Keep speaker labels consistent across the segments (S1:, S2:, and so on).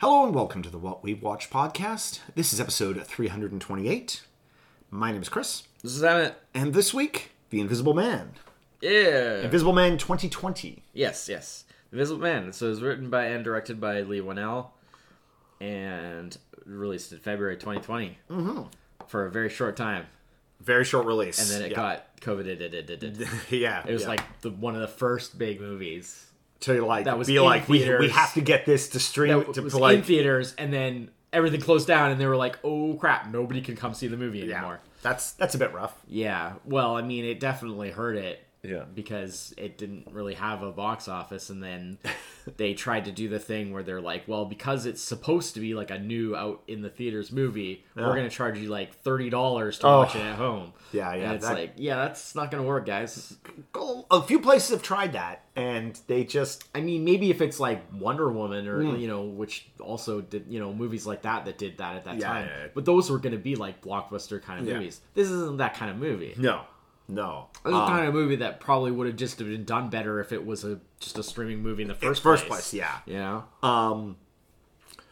S1: Hello and welcome to the What We've Watched podcast. This is episode 328. My name is Chris,
S2: This is Emmett.
S1: and this week, The Invisible Man.
S2: Yeah.
S1: Invisible Man 2020.
S2: Yes, yes. Invisible Man. So it was written by and directed by Lee Winnell and released in February 2020 mm-hmm. for a very short time.
S1: Very short release.
S2: And then it
S1: yeah.
S2: got COVID.
S1: yeah.
S2: It was like the, one of the first big movies
S1: to like
S2: that was
S1: be
S2: in
S1: like we, we
S2: theaters.
S1: have to get this to stream
S2: that
S1: to
S2: was
S1: like
S2: in theaters, and then everything closed down, and they were like, "Oh crap, nobody can come see the movie
S1: yeah.
S2: anymore."
S1: That's that's a bit rough.
S2: Yeah. Well, I mean, it definitely hurt it.
S1: Yeah.
S2: Because it didn't really have a box office, and then they tried to do the thing where they're like, "Well, because it's supposed to be like a new out in the theaters movie,
S1: Yeah.
S2: we're gonna charge you like thirty dollars to
S1: Oh.
S2: watch it at home."
S1: Yeah, yeah,
S2: And it's
S1: that-
S2: like, yeah, that's not gonna work, guys.
S1: A few places have tried that, and they just
S2: I mean, maybe if it's like Wonder Woman or
S1: Hmm.
S2: you know, which also did you know movies like that that did that at that
S1: Yeah,
S2: time.
S1: yeah, yeah.
S2: But those were going to be like blockbuster kind of
S1: Yeah.
S2: movies. This isn't that kind of movie.
S1: no, no.
S2: This is the
S1: Um,
S2: kind of movie that probably would have just been done better if it was a just a streaming movie in the first
S1: first
S2: place.
S1: place, yeah. Uh,
S2: You know,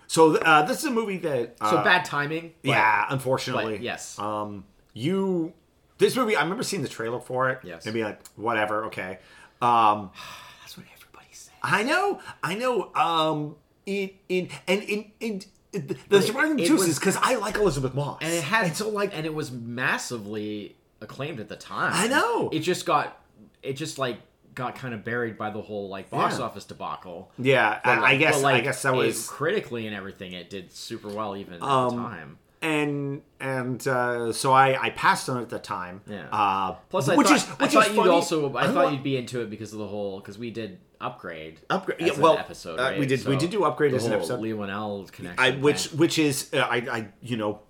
S1: so uh, this is a movie that uh,
S2: so bad timing. but-
S1: yeah, unfortunately,
S2: but yes,
S1: um, you this movie i remember seeing the trailer for it
S2: Yes.
S1: and being like whatever okay um
S2: that's what everybody says.
S1: i know i know um in in and in in the, the surprising
S2: it
S1: truth
S2: was-
S1: is because i like elizabeth moss
S2: And it had
S1: so like
S2: and it was massively acclaimed at the time.
S1: I know.
S2: It just got, it just like got kind of buried by the whole like box
S1: Yeah.
S2: office debacle.
S1: yeah I,
S2: But,
S1: I
S2: like-
S1: guess
S2: but, like,
S1: i guess that
S2: it-
S1: was
S2: critically and everything. It did super well even at
S1: Um,
S2: the time.
S1: and and uh so i i passed on it at the time
S2: Yeah.
S1: uh
S2: Plus, I
S1: which
S2: thought,
S1: is
S2: I
S1: which
S2: thought
S1: is
S2: you'd
S1: funny.
S2: also I
S1: I'm
S2: thought
S1: not-
S2: you'd be into it because of the whole because we did upgrade
S1: Upgrade-
S2: as
S1: yeah,
S2: an
S1: well,
S2: episode
S1: uh,
S2: right?
S1: we did- we did do upgrade
S2: the
S1: as an
S2: whole
S1: episode.
S2: Lee L connection
S1: I, which
S2: thing.
S1: which is uh, i i you know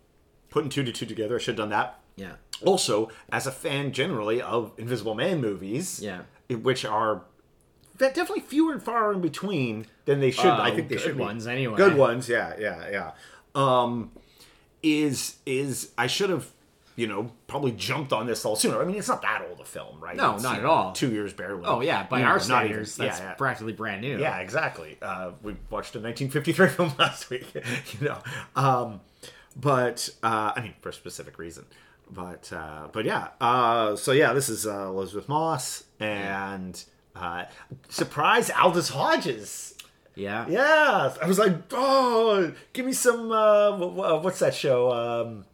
S1: putting two to two together i should have done that
S2: yeah
S1: also as a fan generally of invisible man movies
S2: Yeah.
S1: which are that definitely fewer and far in between than they should i
S2: Uh,
S1: think they
S2: good
S1: should be.
S2: ones anyway.
S1: good ones yeah yeah yeah um is is i should have you know probably jumped on this all sooner i mean it's not that old a film right
S2: No,
S1: It's,
S2: not
S1: you
S2: at
S1: know,
S2: all.
S1: two years barely
S2: Oh yeah, by
S1: You know,
S2: our
S1: not even-
S2: standards, that's
S1: yeah, yeah.
S2: practically brand new.
S1: Yeah, exactly. Uh, we watched a 1953 film last week, you know. Um, but uh, I mean, for a specific reason. But uh, but yeah. Uh, so yeah, this is uh, Elizabeth Moss and uh, surprise Aldous Hodges.
S2: yeah,
S1: Yeah, I was like, oh, give me some. Uh, wh- wh- what's that show? Um,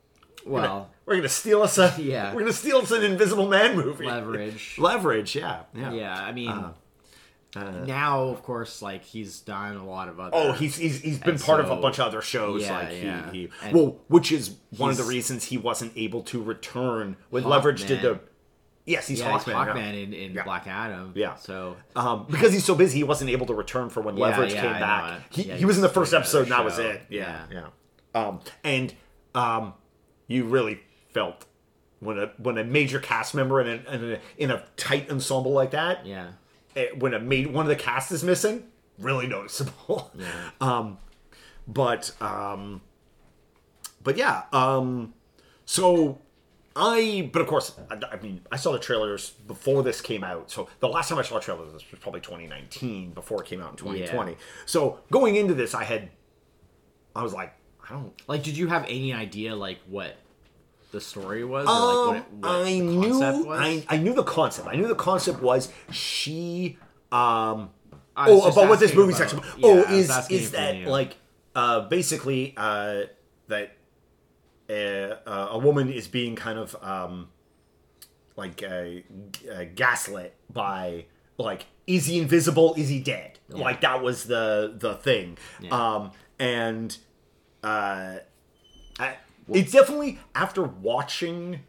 S2: Well,
S1: we're gonna steal us a.
S2: Yeah.
S1: We're gonna steal us an Invisible Man movie.
S2: leverage.
S1: Leverage. Yeah. Yeah.
S2: yeah, I mean,
S1: Uh-huh.
S2: now of course, like he's done a lot of other.
S1: Oh, he's he's, he's been
S2: And
S1: part of a
S2: so-
S1: bunch of other shows.
S2: Yeah,
S1: like he,
S2: yeah.
S1: he
S2: And
S1: well, which is one of the
S2: he's-
S1: reasons he wasn't able to return when Leverage did the.
S2: Hawkman.
S1: Yes, he's
S2: yeah, he's
S1: Hawkman. yeah.
S2: Hawkman in, in
S1: Yeah.
S2: Black Adam.
S1: Yeah.
S2: So
S1: Um, because he's so busy, he wasn't able to return for when
S2: Yeah,
S1: Leverage
S2: yeah,
S1: came
S2: I know.
S1: back.
S2: I-
S1: He,
S2: yeah,
S1: he
S2: he
S1: was in the
S2: was
S1: first
S2: doing
S1: episode, and that
S2: another
S1: was
S2: show.
S1: it. Yeah, yeah. Um, and um, you really felt when a when a major cast member in a, in a, in a tight ensemble like that,
S2: yeah,
S1: eh, when a made one of the cast is missing, really noticeable.
S2: yeah.
S1: Um, but um, but yeah. Um, so I, but of course, I, I mean, I saw the trailers before this came out. So the last time I saw trailers was probably 2019 before it came out in 2020.
S2: Yeah.
S1: So going into this, I had, I was like, I don't.
S2: Like, did you have any idea like what the story was?
S1: Um,
S2: or, like, what, it- what
S1: I
S2: the
S1: knew,
S2: concept was?
S1: I, I knew the concept. I knew the concept was she. Um,
S2: I
S1: oh,
S2: was just
S1: about what this
S2: asking
S1: movie's
S2: about-
S1: actually.
S2: yeah, I
S1: oh,
S2: was
S1: is
S2: asking
S1: is
S2: if you
S1: that
S2: knew.
S1: like uh, basically uh, that uh, uh, a woman is being kind of um, like uh, g- uh, gaslit by like is he invisible? Is he dead? Like that was the the thing. Um, and uh, I, it's definitely after watching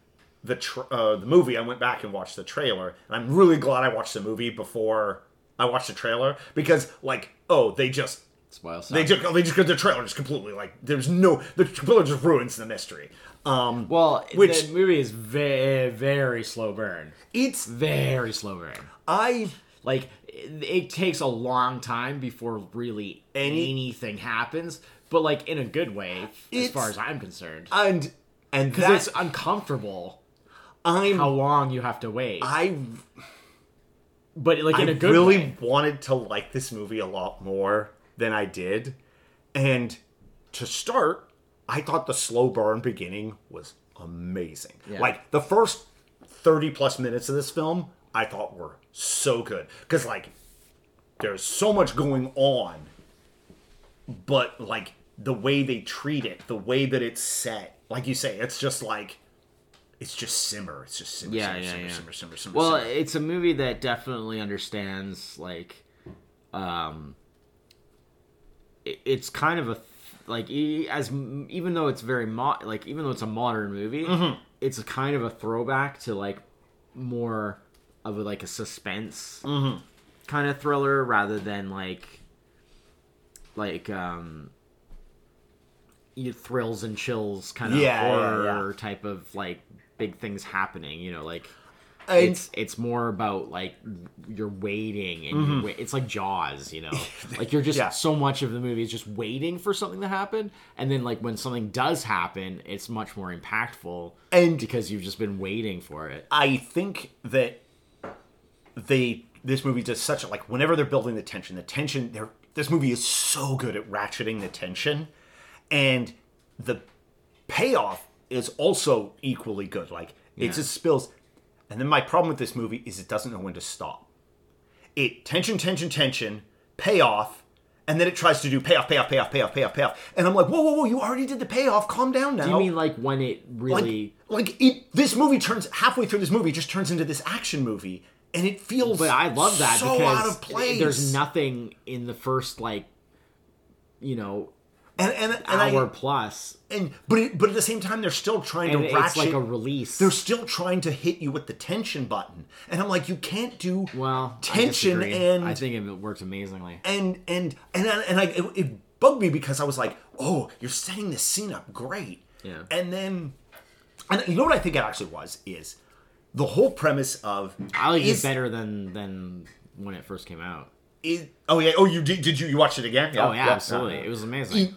S1: the tra- uh, the movie. I went back and watched the trailer, and I'm really glad I watched the movie before I watched the trailer because, like, oh, they just
S2: Spoil stuff.
S1: they just they just got the trailer just completely like there's no the trailer just ruins the mystery. Um,
S2: well,
S1: which-
S2: the movie is very, very slow burn.
S1: it's
S2: Very slow burn.
S1: I
S2: Like it, it takes a long time before really
S1: Any-
S2: anything happens, but like in a good way, as
S1: It's-
S2: far as I'm concerned,
S1: and and
S2: because
S1: that's
S2: it's uncomfortable
S1: I'm
S2: how long you have to wait.
S1: I
S2: but like
S1: I
S2: in a good
S1: really
S2: way,
S1: wanted to like this movie a lot more than I did, And to start, I thought the slow burn beginning was amazing.
S2: Yeah.
S1: Like the first 30 plus minutes of this film, I thought were so good. Because, like, there's so much going on, but, like, the way they treat it, the way that it's set, like you say, it's just like, it's just simmer. It's just simmer,
S2: Yeah,
S1: simmer,
S2: yeah,
S1: simmer,
S2: yeah.
S1: simmer, simmer, simmer.
S2: Well,
S1: simmer.
S2: it's a movie that definitely understands like, um, it, it's kind of a th- like e- as m- even though it's very mo- like even though it's a modern movie,
S1: Mm-hmm.
S2: it's a kind of a throwback to like more of a, like a suspense
S1: Mm-hmm.
S2: kind of thriller rather than like like um you thrills and chills kind of
S1: Yeah, yeah,
S2: horror
S1: yeah.
S2: type of like big things happening you know like
S1: And-
S2: it's it's more about like you're waiting and you're wait- it's like jaws you know like you're just
S1: Mm-hmm. Yeah.
S2: so much of the movie is just waiting for something to happen and then like when something does happen it's much more impactful
S1: And-
S2: because you've just been waiting for it
S1: I think that they this movie does such a like whenever they're building the tension, the tension they're this movie is so good at ratcheting the tension and the payoff is also equally good. Like it
S2: Yeah.
S1: just spills and then my problem with this movie is it doesn't know when to stop. It tension, tension, tension, payoff, and then it tries to do payoff, payoff, payoff, payoff, payoff, payoff. And I'm like, whoa, whoa, whoa, you already did the payoff. Calm down now.
S2: i mean like when it really
S1: Like it, this movie turns halfway through. This movie just turns into this action movie, and it feels.
S2: But I love that
S1: so
S2: because
S1: out of place.
S2: there's nothing in the first like you know
S1: and and and,
S2: hour
S1: I,
S2: plus,
S1: and but it, but at the same time, they're still trying
S2: and
S1: to
S2: it's
S1: ratchet.
S2: like a release.
S1: they're still trying to hit you with the tension button, and I'm like, you can't do
S2: well, I
S1: tension
S2: disagree.
S1: and
S2: I think it worked amazingly.
S1: and and and I- and I it, it bugged me because I was like, oh, you're setting this scene up great.
S2: Yeah.
S1: And then, and you know what I think it actually was is the whole premise of
S2: I like
S1: is-
S2: it better than than when it first came out.
S1: is oh yeah oh you did did you you watched it again
S2: Oh yeah, absolutely, it was amazing.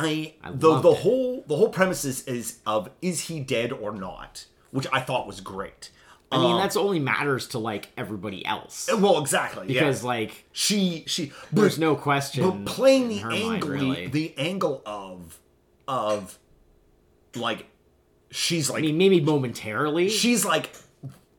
S1: I, I the
S2: loved
S1: the
S2: it.
S1: whole the whole premise is, is of is he dead or not which I thought was great
S2: I mean, that's only matters to like everybody else
S1: well exactly
S2: because
S1: yeah.
S2: like
S1: she she
S2: there's
S1: but,
S2: no question.
S1: but playing
S2: in
S1: the
S2: her
S1: angle
S2: mind, really.
S1: the angle of of like she's like
S2: I mean, maybe momentarily.
S1: she's like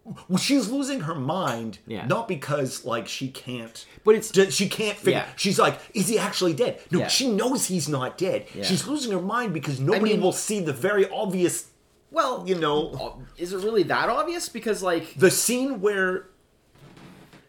S1: well, she's losing her mind
S2: Yeah.
S1: not because like she can't
S2: But it's-
S1: d- she can't figure
S2: Yeah.
S1: she's like is he actually dead no
S2: Yeah.
S1: she knows he's not dead
S2: Yeah.
S1: she's losing her mind because nobody
S2: mean-
S1: will see the very obvious well you know
S2: uh, is it really that obvious? Because like
S1: the scene where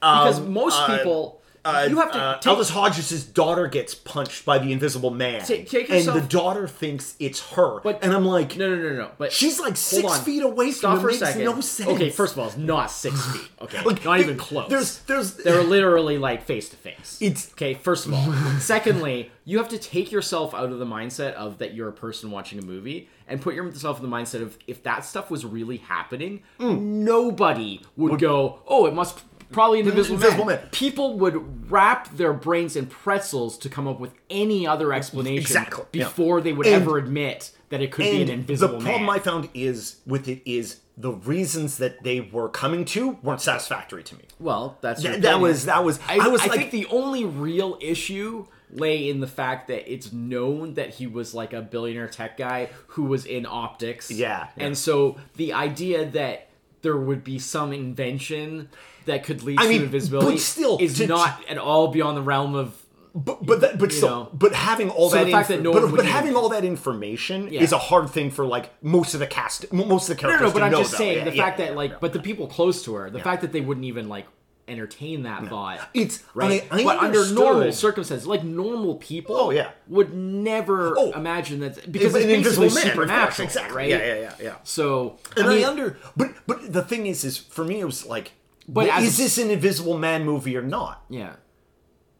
S2: because
S1: um,
S2: most
S1: uh,
S2: people
S1: uh,
S2: you have to
S1: uh,
S2: take
S1: Aldous Hodges' daughter gets punched by the invisible man,
S2: Ta- take
S1: and
S2: yourself-
S1: the daughter thinks it's her.
S2: But-
S1: and I'm like,
S2: No, no, no, no. But
S1: she's like
S2: hold
S1: six
S2: on.
S1: feet away from
S2: Stop
S1: him.
S2: for a
S1: Makes
S2: second.
S1: no sense.
S2: Okay, first of all, it's not six feet. Okay,
S1: Like,
S2: not
S1: there-
S2: even close.
S1: There's, there's,
S2: They're literally like face to face.
S1: It's-
S2: okay. First of all, secondly, you have to take yourself out of the mindset of that you're a person watching a movie and put yourself in the mindset of if that stuff was really happening,
S1: Mm.
S2: nobody would go, "Oh, it must." Probably an invisible,
S1: Invisible
S2: man.
S1: Man.
S2: People would wrap their brains in pretzels to come up with any other explanation
S1: Exactly, yeah.
S2: before they would
S1: And-
S2: ever admit that it could be
S1: and
S2: an invisible
S1: the problem
S2: man.
S1: I found is with it is the reasons that they were coming to weren't satisfactory to me.
S2: Well, that's your
S1: Th- that
S2: opinion.
S1: was that was I,
S2: I,
S1: was
S2: I
S1: like
S2: think the only real issue lay in the fact that it's known that he was like a billionaire tech guy who was in optics.
S1: Yeah, yeah.
S2: and so the idea that there would be some invention that could lead
S1: I
S2: to
S1: mean,
S2: invisibility
S1: but still,
S2: is
S1: to-
S2: not at all beyond the realm of.
S1: but but that, but
S2: you
S1: still,
S2: know.
S1: but having all
S2: So
S1: that,
S2: the fact that
S1: infor-
S2: no
S1: but,
S2: one would
S1: but
S2: even-
S1: having all that information
S2: Yeah.
S1: is a hard thing for like most of the cast, m- most of the
S2: No,
S1: characters.
S2: no, but
S1: to
S2: I'm
S1: know,
S2: just
S1: though.
S2: saying
S1: Yeah,
S2: the
S1: yeah,
S2: fact
S1: yeah,
S2: that like,
S1: yeah.
S2: but the people close to her, the fact that they wouldn't even like entertain that thought.
S1: it's
S2: right?
S1: I, I
S2: but under normal
S1: understood-
S2: circumstances, like normal people,
S1: Oh, yeah.
S2: would never
S1: Oh.
S2: imagine that
S1: it's
S2: because it's
S1: an
S2: basically
S1: invisible man, of course,
S2: supernatural,
S1: exactly.
S2: right?
S1: Yeah, yeah, yeah, yeah.
S2: So
S1: And
S2: I mean,
S1: I under, but but the thing is, is for me, it was like,
S2: But
S1: well,
S2: as
S1: is
S2: a-
S1: this an Invisible Man movie or not?
S2: yeah.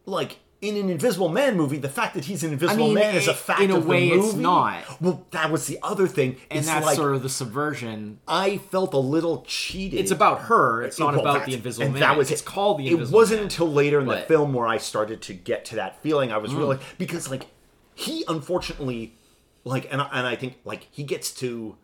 S1: Like in an Invisible Man movie, the fact that he's an Invisible
S2: mean,
S1: Man is a
S2: i-
S1: fact.
S2: in a
S1: of the
S2: way, it's
S1: movie.
S2: not.
S1: Well, that was the other thing.
S2: And
S1: it's
S2: that's
S1: like
S2: sort of the subversion.
S1: I felt a little cheated.
S2: It's about her. It's not
S1: Well,
S2: about
S1: that's-
S2: the Invisible
S1: and
S2: Man.
S1: That was
S2: it's
S1: it.
S2: called the Invisible
S1: It wasn't
S2: Man.
S1: until later in the
S2: But- Mm.
S1: film where I started to get to that feeling. I was really because like he unfortunately like and I, and I think like he gets to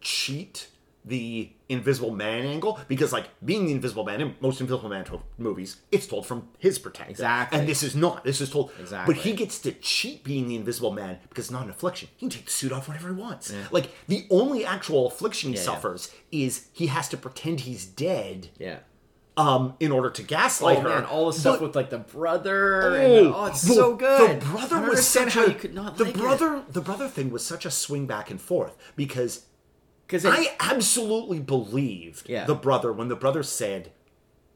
S1: cheat the Invisible Man angle because, like, being the Invisible Man in most Invisible Man to- movies, it's told from his perspective.
S2: Exactly.
S1: And this is not. This is told.
S2: Exactly.
S1: But he gets to cheat being the Invisible Man because it's not an affliction. He can take the suit off whenever he wants. Like, the only actual affliction he
S2: yeah.
S1: suffers is he has to pretend he's dead
S2: Yeah.
S1: um, in order to gaslight
S2: Oh
S1: her.
S2: man, all the stuff
S1: But-
S2: with like the brother. and the- oh it's
S1: the-
S2: so good.
S1: The
S2: I
S1: brother
S2: don't
S1: was
S2: understand
S1: such
S2: how
S1: a
S2: you could not
S1: the
S2: like
S1: brother the brother thing was such a swing back and forth because
S2: because
S1: I absolutely believed
S2: Yeah.
S1: the brother when the brother said,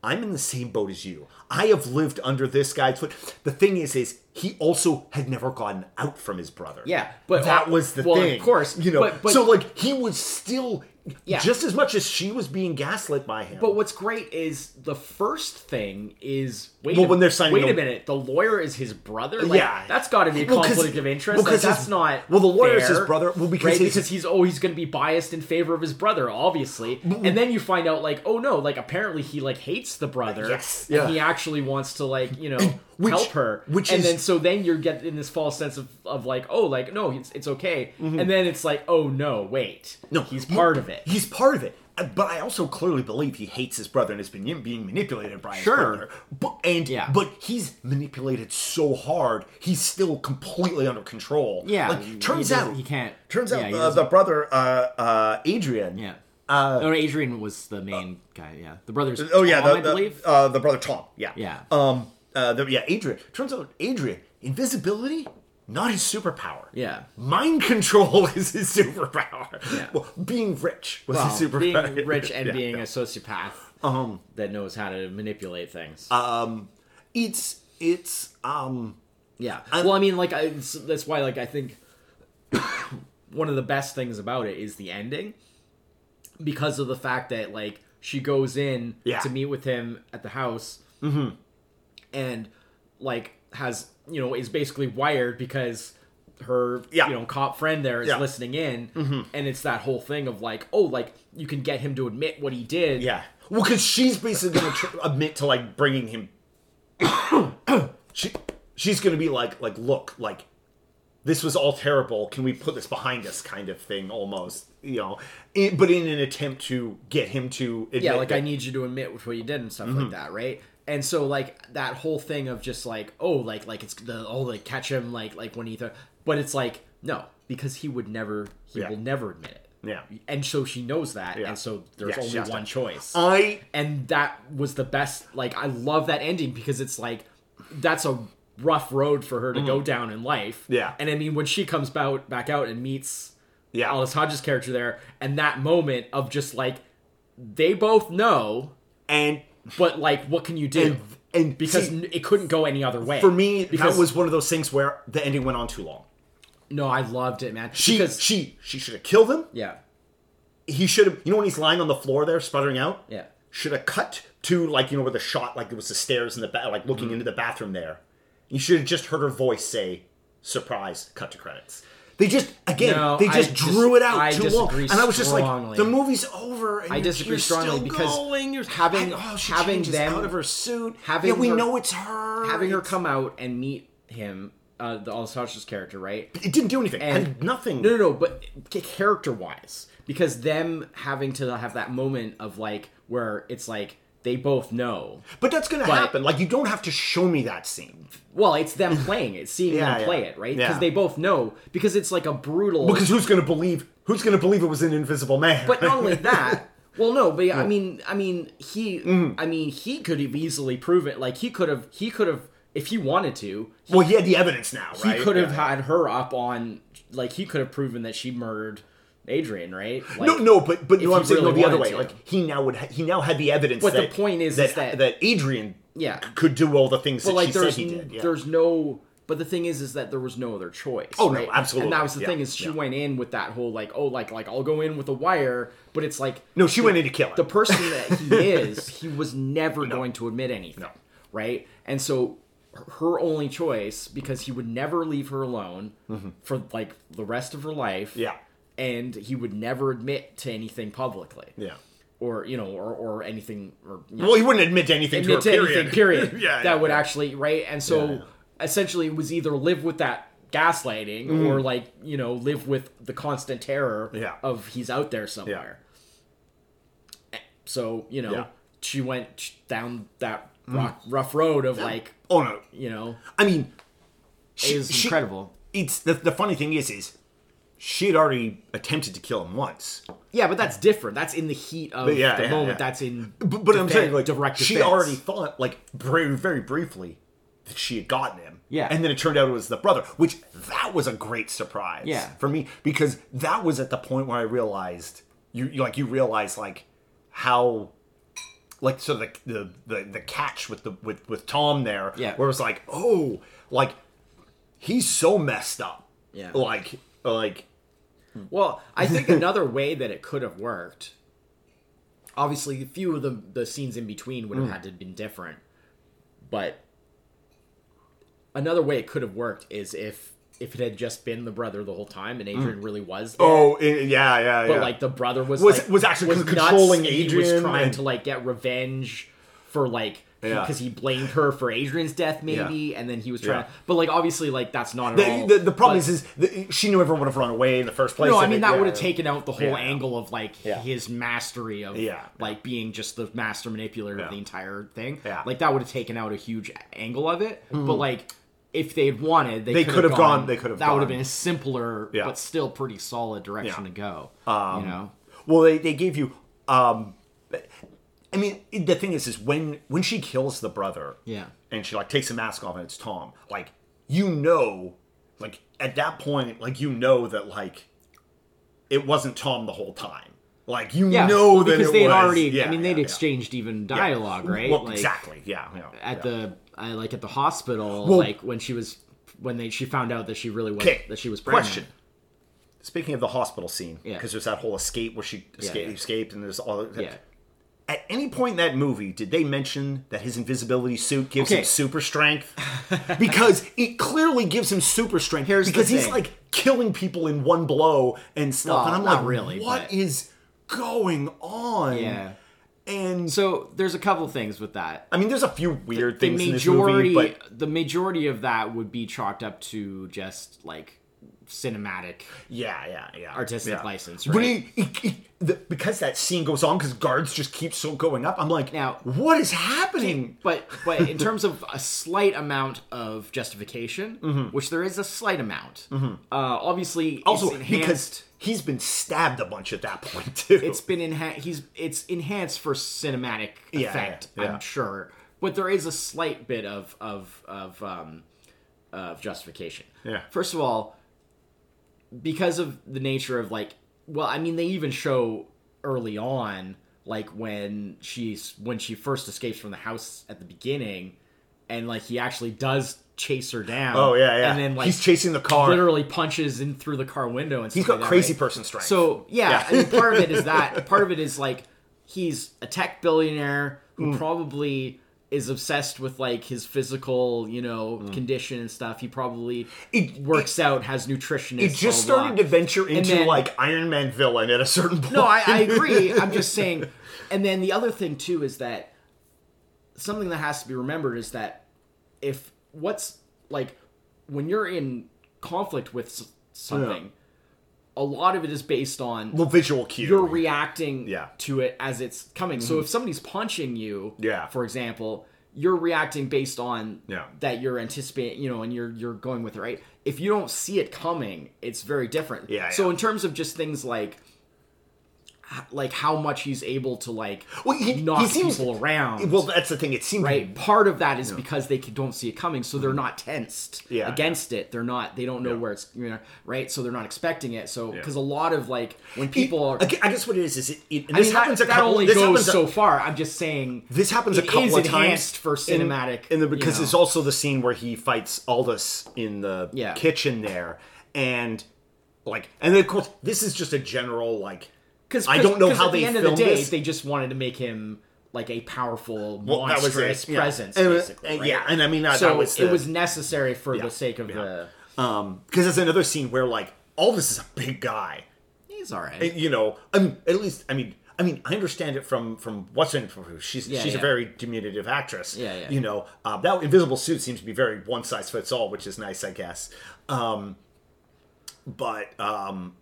S1: "I'm in the same boat as you. I have lived under this guy's foot." The thing is, is he also had never gotten out from his brother.
S2: Yeah, but-
S1: that was the
S2: well, of
S1: thing.
S2: course,
S1: you know.
S2: but- but-
S1: so like he was still.
S2: Yeah.
S1: Just as much as she was being gaslit by him.
S2: But what's great is the first thing is wait.
S1: Well,
S2: a,
S1: when they're signing
S2: wait a
S1: the-
S2: minute, the lawyer is his brother. Like,
S1: Yeah.
S2: that's got to be a
S1: Well, 'cause-
S2: conflict of interest.
S1: well,
S2: Like,
S1: 'cause his-
S2: that's not.
S1: well, the lawyer is
S2: fair,
S1: his brother. Well, because
S2: right?
S1: his-
S2: because he's always going to be biased in favor of his brother, obviously. And then you find out like, oh no, like apparently he like hates the brother.
S1: Yes,
S2: and
S1: yeah.
S2: he actually wants to like you know
S1: which-
S2: help her.
S1: which
S2: and
S1: is-
S2: then so then you're getting this false sense of of like oh like no it's it's okay. And then it's like oh no wait
S1: Mm-hmm. No,
S2: he's
S1: he-
S2: part of it.
S1: He's part of it. Uh, But I also clearly believe he hates his brother and has been being manipulated by his
S2: Sure.
S1: brother. But and
S2: Yeah.
S1: but he's manipulated so hard, he's still completely under control.
S2: Yeah,
S1: like,
S2: he-
S1: turns
S2: he doesn't-
S1: out
S2: he can't-
S1: Turns
S2: yeah,
S1: out
S2: he
S1: uh,
S2: doesn't-
S1: the brother, uh, uh, Adrian.
S2: Yeah. no, no, Adrian was the main guy. Yeah, the brothers.
S1: Uh, Oh yeah,
S2: Tom,
S1: the,
S2: I
S1: the-
S2: believe.
S1: uh, the brother Tom. Yeah.
S2: Yeah.
S1: Um. Uh. The, yeah. Adrian. Turns out Adrian invisibility not his superpower.
S2: Yeah.
S1: Mind control is his superpower.
S2: Yeah.
S1: Well, being rich was
S2: Well,
S1: his superpower.
S2: being rich and
S1: Yeah.
S2: being a sociopath
S1: um.
S2: that knows how to manipulate things.
S1: it's it's um
S2: yeah. well, I mean, like I, it's- that's why, like I think one of the best things about it is the ending, because of the fact that like she goes in
S1: Yeah. Mm-hmm.
S2: to meet with him at the house, and like has you know is basically wired because her
S1: Yeah.
S2: you know cop friend there is
S1: Yeah. Mm-hmm.
S2: listening in and it's that whole thing of like oh like you can get him to admit what he did
S1: yeah well because she's basically gonna tr- admit to like bringing him she she's gonna be like like look like this was all terrible can we put this behind us kind of thing almost you know in, but in an attempt to get him to admit
S2: yeah like i
S1: that-
S2: need you to admit what you did and stuff
S1: Mm-hmm.
S2: like that right and so like that whole thing of just like oh like like it's the oh like catch him like like when he th- but it's like no because he would never he
S1: Yeah.
S2: will never admit it
S1: Yeah.
S2: and so she knows that
S1: Yeah.
S2: and so there's
S1: Yeah, she has
S2: only
S1: to- Um,
S2: one choice
S1: i
S2: and that was the best like i love that ending because it's like that's a rough road for her to go down in life
S1: Mm-hmm. Yeah.
S2: and i mean when she comes out back out and meets
S1: Yeah.
S2: alice hodges character there and that moment of just like they both know
S1: and
S2: but like what can you do
S1: And- and
S2: because
S1: see-
S2: n it couldn't go any other way
S1: for me
S2: because
S1: that was one of those things where the ending went on too long
S2: no i loved it man
S1: she
S2: because
S1: she she should have killed him
S2: yeah
S1: he should have you know when he's lying on the floor there sputtering out
S2: yeah
S1: should have cut to like you know where the shot like there was the stairs in the ba- like
S2: Mm-hmm.
S1: looking into the bathroom there. You should have just heard her voice say surprise cut to credits. They just again
S2: No,
S1: they
S2: I
S1: just
S2: dis-
S1: drew it out
S2: I
S1: too long,
S2: disagree
S1: and I was just
S2: strongly.
S1: like the movie's over. And
S2: I
S1: you're-
S2: disagree
S1: you're
S2: strongly
S1: still
S2: because
S1: going, you're
S2: having-
S1: I- oh, she
S2: having
S1: changes
S2: them-
S1: out of her suit.
S2: having
S1: yeah, we
S2: her-
S1: know it's her.
S2: having her
S1: It's-
S2: come out and meet him uh the alice hodges character right
S1: it didn't do anything.
S2: and-
S1: And nothing.
S2: No, no, no. But character wise, because them having to have that moment of like where it's like they both know.
S1: But that's gonna happen. Like you don't have to show me that scene
S2: Well, it's them playing it, seeing
S1: Yeah,
S2: them
S1: yeah.
S2: play it, right? Because
S1: Yeah.
S2: they both know. Because it's like a brutal.
S1: because who's gonna believe? Who's gonna believe it was an invisible man?
S2: but not only that. Well, no, but I mean, I mean, he,
S1: Mm-hmm.
S2: I mean, he could have easily proven it. Like he could have, he could have, if he wanted to,
S1: well, he had the evidence now,
S2: he
S1: right?
S2: could have
S1: Yeah.
S2: had her up on, like he could have proven that she murdered Adrian, right? Like,
S1: No, no, but but
S2: if
S1: no, I'm
S2: he
S1: saying
S2: really
S1: no, the other way.
S2: wanted to.
S1: Like he now would ha- he now had the evidence.
S2: But the
S1: that-
S2: point is,
S1: that
S2: is that-
S1: that Adrian
S2: Yeah.
S1: c- could do all the things that
S2: but like
S1: she said
S2: there's
S1: he
S2: n-
S1: did. Yeah.
S2: there's no but the thing is is that there was no other choice
S1: Oh, no,
S2: right?
S1: absolutely.
S2: and that was the
S1: Yeah,
S2: thing is she
S1: yeah.
S2: went in with that whole like oh like like i'll go in with a wire but it's like
S1: no, she went in to kill him.
S2: the person that he is he was never going to admit anything
S1: No.
S2: right and so her- her only choice because he would never leave her alone for like the rest of her life
S1: Mm-hmm. Yeah.
S2: and he would never admit to anything publicly
S1: yeah.
S2: or you know or or anything or you know,
S1: Well, he wouldn't admit to anything
S2: admit
S1: to
S2: to
S1: her.
S2: anything,
S1: period.
S2: period.
S1: yeah.
S2: that
S1: yeah,
S2: would
S1: yeah.
S2: actually right. And so
S1: Yeah, yeah.
S2: essentially, it was either live with that gaslighting or like you know live with the constant terror
S1: Mm. Yeah.
S2: of he's out there somewhere. Eh, So you know,
S1: Yeah. Mm.
S2: she went down that rock, rough road of like
S1: Oh no,
S2: you know,
S1: I mean, she,
S3: is
S1: she-
S3: incredible.
S1: It's the, the funny thing is, is she had already attempted to kill him once,
S2: yeah, but that's different. That's in the heat of
S1: But yeah,
S2: the
S1: yeah,
S2: moment.
S1: yeah.
S2: That's in.
S1: but, but I'm
S2: defen-
S1: saying like
S2: direct
S1: she
S2: defense.
S1: already thought like very very briefly that she had gotten him.
S3: Yeah.
S1: and then it turned out it was the brother, which that was a great surprise.
S3: Yeah.
S1: for me because that was at the point where I realized you, you like you realize like how like so the the the, the catch with the with with Tom there.
S3: Yeah.
S1: where it was like oh like he's so messed up.
S2: Yeah.
S1: like like
S2: Well, I think another way that it could have worked. Obviously, a few of the the scenes in between
S1: Mm.
S2: would have had to have been different, but another way it could have worked is if if it had just been the brother the whole time and Adrian really was. There.
S1: oh i yeah yeah
S2: but
S1: yeah.
S2: like the brother was
S1: Was-
S2: like,
S1: was actually con-
S2: nuts
S1: controlling
S2: and He was
S1: Adrian
S2: trying
S1: and-
S2: to like get revenge for like
S1: Yeah.
S2: because he, blamed her for Adrian's death maybe, and then he was trying.
S1: Yeah.
S2: to But like obviously like that's not at
S1: the,
S2: all.
S1: the, the problem
S2: Oh. but-
S1: is, is the, she knew everyone would have run away in the first place.
S2: no, I
S1: and
S2: mean
S1: it-
S2: that
S1: yeah,
S2: would have
S1: yeah.
S2: taken out the whole
S1: Yeah.
S2: angle of like
S1: Yeah.
S2: his mastery of
S1: Yeah.
S2: like being just the master manipulator of
S1: Yeah.
S2: the entire thing.
S1: Yeah. Mm-hmm.
S2: Like that would have taken out a huge angle of it. But like if they had wanted, they,
S1: They
S2: could
S1: could
S2: have
S1: have gone-
S2: gone.
S1: they could have
S2: That would have
S1: gone.
S2: been a simpler,
S1: Yeah.
S2: but still pretty solid direction
S1: Yeah. Um,
S2: to go. you know,
S1: Well, they, they gave you. Um, I mean, the thing is, is when when she kills the brother,
S2: Yeah.
S1: and she like takes the mask off and it's Tom. Like you know, like at that point, like you know that like it wasn't Tom the whole time. Like you
S2: yeah,
S1: know that
S2: because
S1: it
S2: they had
S1: was-
S2: already.
S1: yeah,
S2: I mean,
S1: yeah,
S2: they'd
S1: yeah.
S2: exchanged even dialogue, right?
S1: Well,
S2: Like,
S1: exactly. Yeah. yeah,
S2: at
S1: yeah.
S2: the I like at the hospital,
S1: Well-
S2: like when she was when they she found out that she really was
S1: Okay,
S2: that she was pregnant.
S1: Question. Speaking of the hospital scene, because
S2: Yeah.
S1: there's that whole escape where she escaped,
S2: yeah.
S1: escaped, and there's all. That.
S2: Yeah.
S1: At any point in that movie, did they mention that his invisibility suit gives
S2: Okay.
S1: him super strength? because it clearly gives him super strength.
S2: Here's the
S1: because he's
S2: thing.
S1: like killing people in one blow and stuff,
S2: Well,
S1: and I'm
S2: not
S1: like,
S2: really,
S1: what
S2: but-
S1: is going on?
S2: Yeah.
S1: And so,
S2: So there's a couple things with that.
S1: I mean, there's a few weird
S2: The
S1: things in this
S2: majority,
S1: movie, but
S2: the majority of that would be chalked up to just like cinematic.
S1: Yeah, yeah, yeah.
S2: Artistic
S1: Yeah.
S2: license,
S1: But
S2: right?
S1: it, it, it, the, because that scene goes on, because guards just keep so going up. I'm like,
S2: Now-
S1: what is happening?
S2: But but in terms of a slight amount of justification,
S1: Mm-hmm.
S2: which there is a slight amount. Uh, obviously,
S1: Also,
S2: it's enhanced.
S1: because he's been stabbed a bunch at that point too.
S2: it's been enhanced. He's it's enhanced for cinematic
S1: yeah,
S2: effect.
S1: yeah.
S2: I'm sure, but there is a slight bit of of of um, of justification.
S1: Yeah.
S2: First of all, because of the nature of like, well, I mean, they even show early on, like when she's when she first escapes from the house at the beginning, and like he actually does chase her down.
S1: oh yeah, yeah.
S2: And then like
S1: he's chasing the car.
S2: literally punches in through the car window and
S1: he's
S2: stuff
S1: got
S2: like that,
S1: crazy
S2: right?
S1: person strength.
S2: So yeah,
S1: Yeah.
S2: I mean, part of it is that. Part of it is like he's a tech billionaire who
S1: Hmm.
S2: probably is obsessed with like his physical, you know, condition and stuff. He probably
S1: Hmm. It-
S2: works out, has nutritionists.
S1: it just
S2: blah, blah,
S1: started
S2: blah.
S1: to venture into
S2: then-
S1: like Iron Man villain at a certain point.
S2: No, I, I agree. I'm just saying. And then the other thing too is that something that has to be remembered is that if what's like when you're in conflict with s- something, a lot of it is based on
S1: well, visual cue.
S2: you're reacting
S1: Yeah. Mm-hmm.
S2: to it as it's coming. So if somebody's punching you,
S1: Yeah.
S2: for example, you're reacting based on
S1: Yeah.
S2: that you're anticipating, you know, and you're you're going with it, right? If you don't see it coming, it's very different.
S1: Yeah,
S2: So
S1: yeah.
S2: in terms of just things like h- like how much he's able to like
S1: Well, he-
S2: knock
S1: he seems-
S2: people around.
S1: well, that's the thing. It seemed
S2: Right. Part of that is because they c- don't see it coming, so they're not tensed
S1: Mm-hmm. Yeah,
S2: against it. They're not. They don't know where it's. You know, right. So they're not expecting it. So because a lot of like when people are,
S1: I gu- I guess what it is is it. it and
S2: I
S1: this
S2: mean,
S1: happens
S2: that,
S1: a
S2: that
S1: couple.
S2: only
S1: this
S2: goes
S1: happens a-
S2: so far. I'm just saying
S1: This happens a
S2: it
S1: couple
S2: is
S1: of times
S2: enhanced for
S1: in-
S2: cinematic,
S1: in, the
S2: you
S1: because
S2: know.
S1: it's also the scene where he fights Aldous in the
S2: Yeah.
S1: kitchen there, and like, and then of course this is just a general like.
S2: Because
S1: I don't know how
S2: at the
S1: they
S2: end of the
S1: filmed
S2: day,
S1: this.
S2: they just wanted to make him like a powerful,
S1: Well, that was it,
S2: monstrous
S1: yeah.
S2: presence,
S1: And, uh,
S2: basically.
S1: and
S2: right?
S1: yeah, and I mean, that-
S2: so
S1: that was
S2: it
S1: the-
S2: was necessary for the sake of the.
S1: Um, because there's another scene where like Aldous is a big guy,
S2: He's all right.
S1: you know. I mean, at least I mean. I mean, I understand it from from what's in she's
S2: Yeah,
S1: she's
S2: yeah.
S1: a very diminutive actress.
S2: Yeah, yeah.
S1: You know, uh, that invisible suit seems to be very one size fits all, which is nice, I guess. Um, but um,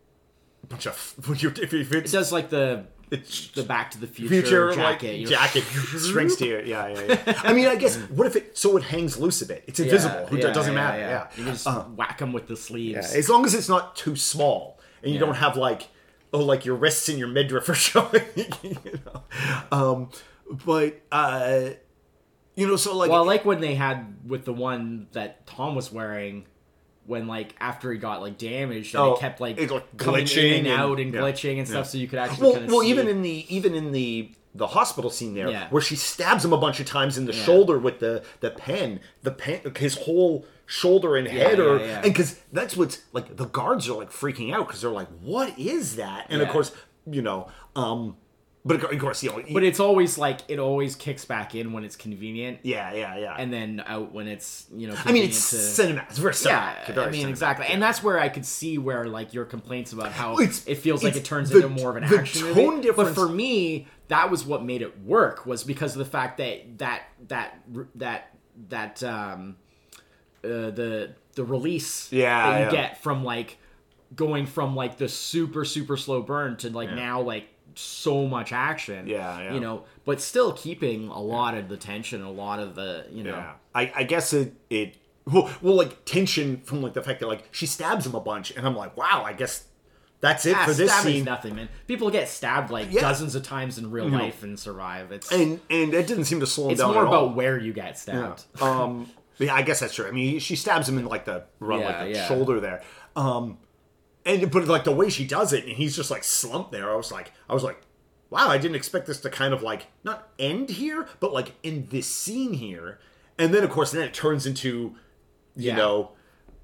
S1: bunch of when you're if, you- if it's
S2: it does like the the Back to the Future,
S1: future
S2: jacket.
S1: like
S2: you know,
S1: jacket shrinks to you. Yeah, yeah, yeah. I mean, I guess what if it so it hangs loose a bit? It's invisible. Who
S2: yeah,
S1: it doesn't
S2: yeah,
S1: matter.
S2: yeah.
S1: Yeah. Uh-huh.
S2: You can just whack them with the sleeves.
S1: Yeah, As long as it's not too small and you don't have like oh like your wrists and your midriff are showing. you know? Um, but uh, you know, so like
S2: Well, I like when they had with the one that Tom was wearing, when like after he got like damaged, and
S1: Oh,
S2: it kept like
S1: it, like,
S2: coming
S1: glitching
S2: in and
S1: and-
S2: out and
S1: yeah,
S2: glitching and stuff, so you could actually
S1: well,
S2: kind of
S1: well,
S2: see.
S1: even in the even in the the hospital scene there,
S2: Yeah.
S1: where she stabs him a bunch of times in the shoulder with the the pen, the pen, his whole shoulder and head,
S2: yeah,
S1: or
S2: yeah.
S1: and because that's what's like the guards are like freaking out because they're like, what is that? And of
S2: Yeah.
S1: course, you know, um, but of course, you know,
S2: but it's always like it always kicks back in when it's convenient,
S1: yeah, yeah, yeah.
S2: and then out when it's you know.
S1: I mean,
S2: Convenient
S1: it's
S2: to...
S1: cinematic. It's very
S2: yeah,
S1: cinematic.
S2: I
S1: very
S2: mean
S1: cinematic.
S2: exactly, and that's where I could see where like your complaints about how
S1: It's-
S2: it feels like
S1: it's
S2: it turns
S1: the-
S2: into more of an
S1: the
S2: action
S1: tone
S2: movie.
S1: difference-
S2: But for me, that was what made it work was because of the fact that that that that that um uh, the the release
S1: Yeah,
S2: that you
S1: yeah.
S2: get from like going from like the super super slow burn to like now like so much action
S1: Yeah, yeah.
S2: you know but still keeping a lot of the tension a lot of the you know
S1: Yeah, I, I guess it it well, well like tension from like the fact that like she stabs him a bunch, and I'm like, wow, I guess that's it
S2: Ah,
S1: for this
S2: stabbing's
S1: scene.
S2: nothing, man. People get stabbed like
S1: Yeah.
S2: dozens of times in real life and survive. It's
S1: And and it didn't seem to slow him
S2: it's
S1: down
S2: more
S1: at
S2: about where you get stabbed.
S1: all. Um, yeah, I guess that's true. I mean, she stabs him in like the run,
S2: Yeah,
S1: like the
S2: yeah.
S1: shoulder there. Um, and but like the way she does it, and he's just like slumped there. I was like, I was like. Wow, I didn't expect this to kind of like not end here, but like in this scene here, and then of course then it turns into, you
S2: Yeah.
S1: know,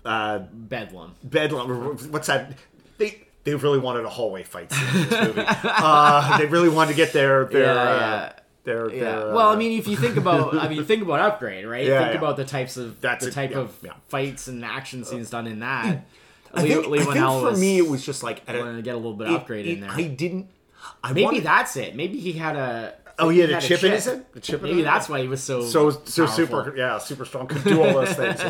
S1: uh,
S2: Bedlam.
S1: bedlam. What's that? They they really wanted a hallway fight scene in this movie. uh, they really wanted to get their their
S2: Yeah,
S1: uh,
S2: yeah.
S1: their, their.
S2: well,
S1: uh,
S2: I mean, if you think about, I mean, think about Upgrade, right?
S1: Yeah,
S2: think
S1: yeah.
S2: about the types of
S1: That's
S2: the
S1: it,
S2: type
S1: yeah,
S2: of
S1: yeah. Uh,
S2: fights and action scenes done in that.
S1: I think, I think for me it was just like at
S2: going to get a little bit
S1: it-
S2: of Upgrade
S1: it-
S2: in there.
S1: I didn't. I
S2: Maybe
S1: wanted,
S2: that's it. Maybe he had a.
S1: Oh, he had a chip in his head? A chip in
S2: Maybe
S1: his head?
S2: that's why he was so
S1: so so
S2: powerful.
S1: super yeah super strong could do all those things.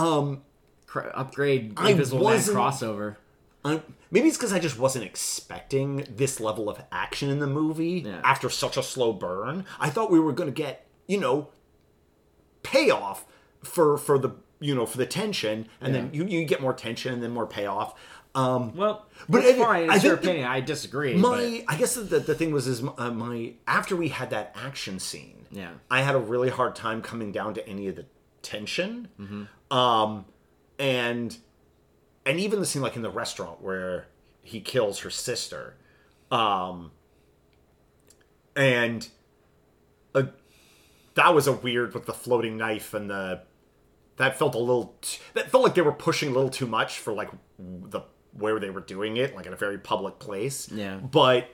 S1: Yeah.
S2: Cr- upgrade
S1: I
S2: Invisible Man
S1: wasn't-
S2: crossover.
S1: Um, maybe it's because I just wasn't expecting this level of action in the movie
S2: Yeah.
S1: after such a slow burn. I thought we were going to get, you know, payoff for for the you know for the tension, and then you you get more tension and then more payoff. Um,
S2: Well,
S1: But
S2: but it's
S1: I-
S2: fine.
S1: I
S2: It's your
S1: think the-
S2: opinion. I disagree. but-
S1: my I guess the the thing was is uh, my after we had that action scene,
S2: Yeah.
S1: I had a really hard time coming down to any of the tension,
S2: Mm-hmm.
S1: um, and and even the scene like in the restaurant where he kills her sister, um, and uh that was a weird with the floating knife and the that felt a little t- that felt like they were pushing a little too much for like the where they were doing it like in a very public place
S2: Yeah.
S1: but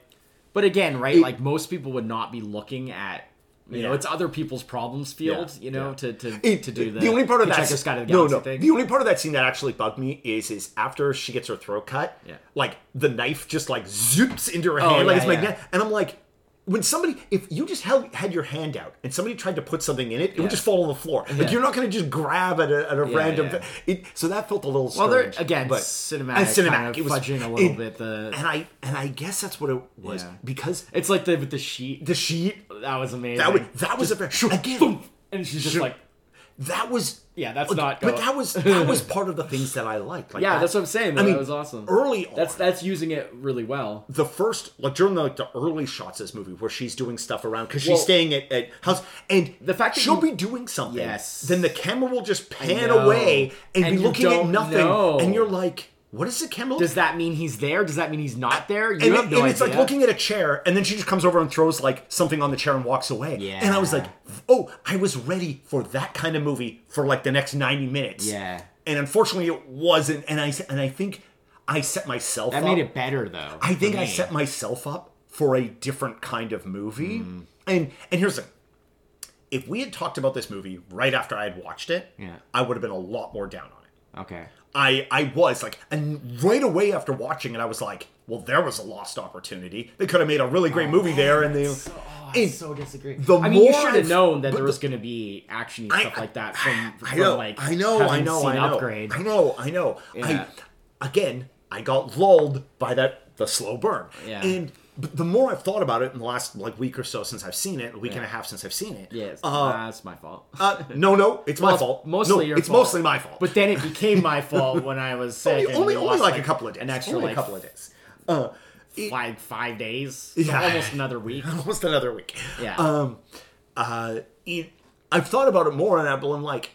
S2: But again, right? like most people would not be looking at. You know,
S1: Yeah.
S2: it's other people's problems field.
S1: Yeah,
S2: You know,
S1: yeah.
S2: to to,
S1: it-
S2: to do the
S1: only part of that
S2: Hitchhiker's Guide to the
S1: no
S2: Galaxy
S1: no
S2: thing.
S1: the only part of that scene that actually bugged me is is after she gets her throat cut
S2: Yeah. Oh,
S1: like the knife just like zoops into her hand like
S2: yeah,
S1: it's
S2: yeah.
S1: magnetic and I'm like when somebody if you just held, had your hand out and somebody tried to put something in it it would just fall on the floor like
S2: Yeah.
S1: you're not gonna just grab at a, at a random
S2: yeah.
S1: It, so that felt a little
S2: well, they're
S1: strange
S2: again
S1: but
S2: cinematic,
S1: and cinematic
S2: kind of
S1: it was
S2: fudging a little
S1: it-
S2: bit. The
S1: and I and I guess that's what it was
S2: Yeah.
S1: because
S2: it's like the with the sheet.
S1: the sheet
S2: that was amazing.
S1: that was that was a again
S2: and she's just
S1: Shoo.
S2: like,
S1: that was
S2: Yeah, that's
S1: like,
S2: not
S1: but
S2: going-
S1: that was that was part of the things that I liked. Like
S2: yeah,
S1: that-
S2: that's what I'm saying. Though.
S1: I mean,
S2: that was awesome.
S1: Early on,
S2: That's that's using it really well.
S1: the first like during the, like, the early shots of this movie where she's doing stuff around because she's
S2: Well-
S1: staying at, at house and
S2: The fact that
S1: she'll
S2: you-
S1: be doing something
S2: Yes.
S1: then the camera will just pan
S2: know.
S1: away and,
S2: And
S1: be
S2: you
S1: looking at
S2: don't
S1: nothing
S2: know.
S1: and you're like what is the camera
S2: Does that mean he's there? Does that mean he's not there? You
S1: and,
S2: have
S1: it-
S2: no
S1: and it's like
S2: idea.
S1: looking at a chair, and then she just comes over and throws like something on the chair and walks away.
S3: Yeah.
S1: And I was like, oh, I was ready for that kind of movie for like the next ninety minutes.
S3: Yeah.
S1: And unfortunately, it wasn't. And I s- and I think I set myself.
S3: That
S1: up.
S3: made it better though.
S1: I think
S3: for
S1: I
S3: me.
S1: set myself up for a different kind of movie.
S3: Mm.
S1: And and here's the thing. If we had talked about this movie right after I had watched it,
S3: Yeah.
S1: I would have been a lot more down on it.
S3: Okay.
S1: I I was like, and right away after watching it, I was like, well, there was a lost opportunity. They could have made a really
S3: Oh,
S1: great movie there, and they.
S2: Oh,
S1: and
S3: disagree.
S1: the
S2: I mean,
S1: more
S2: you should
S1: I've-
S2: have known that
S1: but
S2: there
S1: the-
S2: was going to be action and
S1: I-
S2: stuff like that from,
S1: I
S2: from
S1: know,
S2: like
S1: I know, I
S2: having
S1: know,
S2: seen
S1: I know,
S2: upgrade.
S1: I know, I know.
S2: Yeah.
S1: I again, I got lulled by that the slow burn,
S2: Yeah.
S1: and but the more I've thought about it in the last like week or so since I've seen it, a week and a half since I've seen it.
S2: Yeah, it's,
S1: Uh,
S2: that's my fault.
S1: uh, no, no, it's
S2: Well,
S1: my
S2: it's
S1: fault.
S2: mostly
S1: no,
S2: your
S1: it's
S2: fault.
S1: mostly my fault.
S2: But then it became my fault when I was sick.
S1: only,
S2: and
S1: only,
S2: we
S1: only
S2: lost,
S1: like, a couple of days.
S2: an extra
S1: only
S2: like
S1: a couple of days. Uh, it-
S2: five five days,
S1: Yeah.
S2: almost another week.
S1: almost another week.
S2: Yeah.
S1: Um, uh, it, I've thought about it more, and I'm like,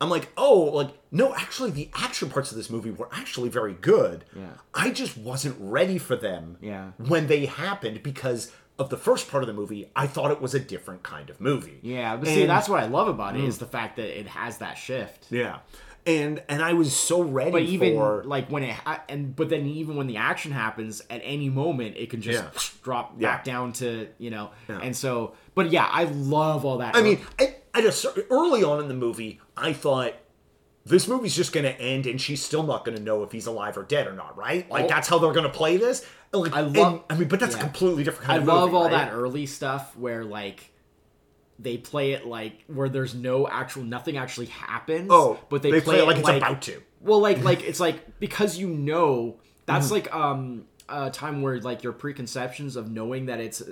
S1: I'm like, oh, like no, actually, the action parts of this movie were actually very good.
S3: Yeah.
S1: I just wasn't ready for them.
S3: Yeah.
S1: When they happened, because of the first part of the movie, I thought it was a different kind of movie.
S2: yeah, but see,
S1: And- Mm.
S2: that's what I love about it is the fact that it has that shift.
S1: yeah. And and I was so ready
S2: But even
S1: for
S2: like when it ha- and but then even when the action happens at any moment, it can just
S1: Yeah.
S2: drop
S1: Yeah.
S2: back down to you know.
S1: Yeah.
S2: And so, but yeah, I love all that.
S1: I mean, I, at a cer early on in the movie, I thought this movie's just going to end, and she's still not going to know if he's alive or dead or not, right? Like
S2: Oh.
S1: that's how they're going to play this. And, Like,
S2: I
S1: I
S2: love-
S1: love. I mean, but that's
S2: yeah.
S1: a completely different
S2: I
S1: kind of movie.
S2: love all
S1: right?
S2: that early stuff where like they play it like where there's no actual nothing actually happens.
S1: Oh,
S2: but they,
S1: play, it like it's about to.
S2: Well, like like it's like because you know that's
S1: Mm-hmm.
S2: like um a time where like your preconceptions of knowing that it's